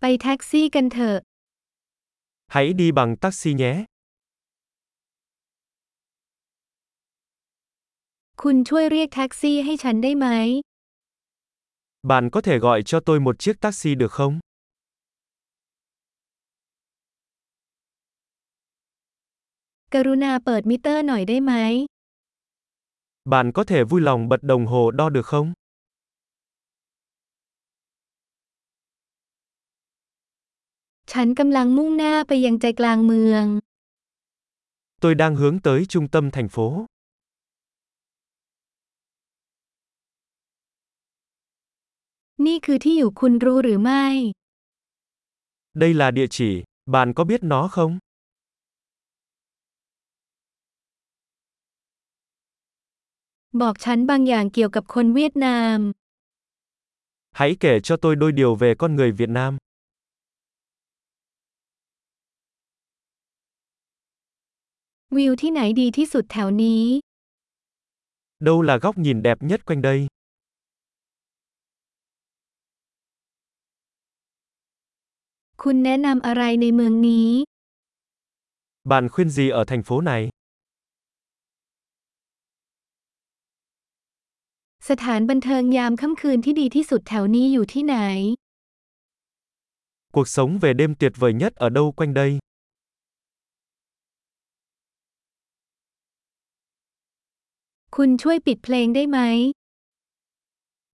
ไปแท็กซี่กันเถอะ Hãy đi bằng taxi nhé. คุณช่วยเรียกแท็กซี่ให้ฉันได้ไหม Bạn có thể gọi cho tôi một chiếc taxi được không? กรุณาเปิดมิเตอร์หน่อยได้ไหม Bạn có thể vui lòng bật đồng hồ đo được không? ฉันกำลังมุ่งหน้าไปยังใจกลางเมือง Tôi đang hướng tới trung tâm thành phố. นี่คือที่อยู่คุณรู้หรือไม่ Đây là địa chỉ, bạn có biết nó không? บอกฉันบางอย่างเกี่ยวกับคนเวียดนาม Hãy kể cho tôi đôi điều về con người Việt Nam. วิวที่ไหนดีที่สุดแถวนี้ Đâu là góc nhìn đẹp nhất quanh đây? คุณแนะนำอะไรในเมืองนี้ Bạn khuyên gì ở thành phố này? สถานบันเทิงยามค่ำคืนที่ดีที่สุดแถวนี้อยู่ที่ไหน Cuộc sống về đêm tuyệt vời nhất ở đâu quanh đây? คุณช่วยปิดเพลงได้ไหม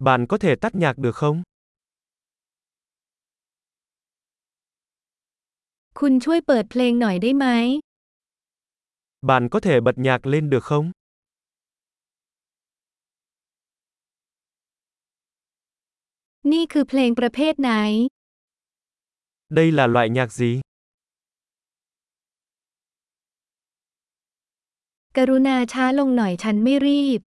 Bạn có thể tắt nhạc được không? คุณช่วยเปิดเพลงหน่อยได้ไหม Bạn có thể bật nhạc lên được không? นี่คือเพลงประเภทไหน Đây là loại nhạc gì? กรุณาช้าลงหน่อยฉันไม่รีบ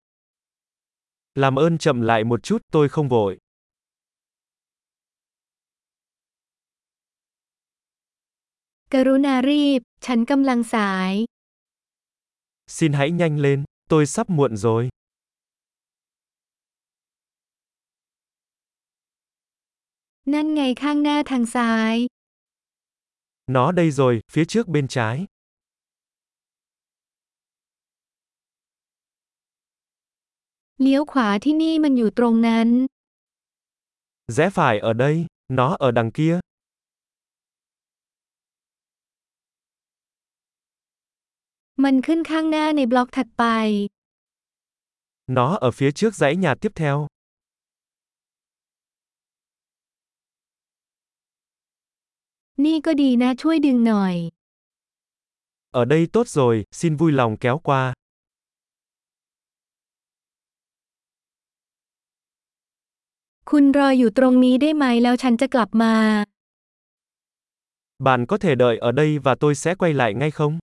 Làm ơn chậm lại một chút, tôi không vội. กรุณารีบ ฉันกำลังสาย Xin hãy nhanh lên, tôi sắp muộn rồi. นั่นไงข้างหน้าทางซ้าย Nó đây rồi, phía trước bên trái. เลี้ยวขวาที่นี่มันอยู่ตรงนั้น Rẽ phải ở đây, nó ở đằng kia. มันขึ้นข้างหน้าในบล็อกถัดไป Nó ở phía trước dãy nhà tiếp theo. นี่ก็ดีนะช่วยดึงหน่อย Ở đây tốt rồi, xin vui lòng kéo qua. คุณรออยู่ตรงนี้ได้ไหมแล้วฉันจะกลับมา Bạn có thể đợi ở đây và tôi sẽ quay lại ngay không?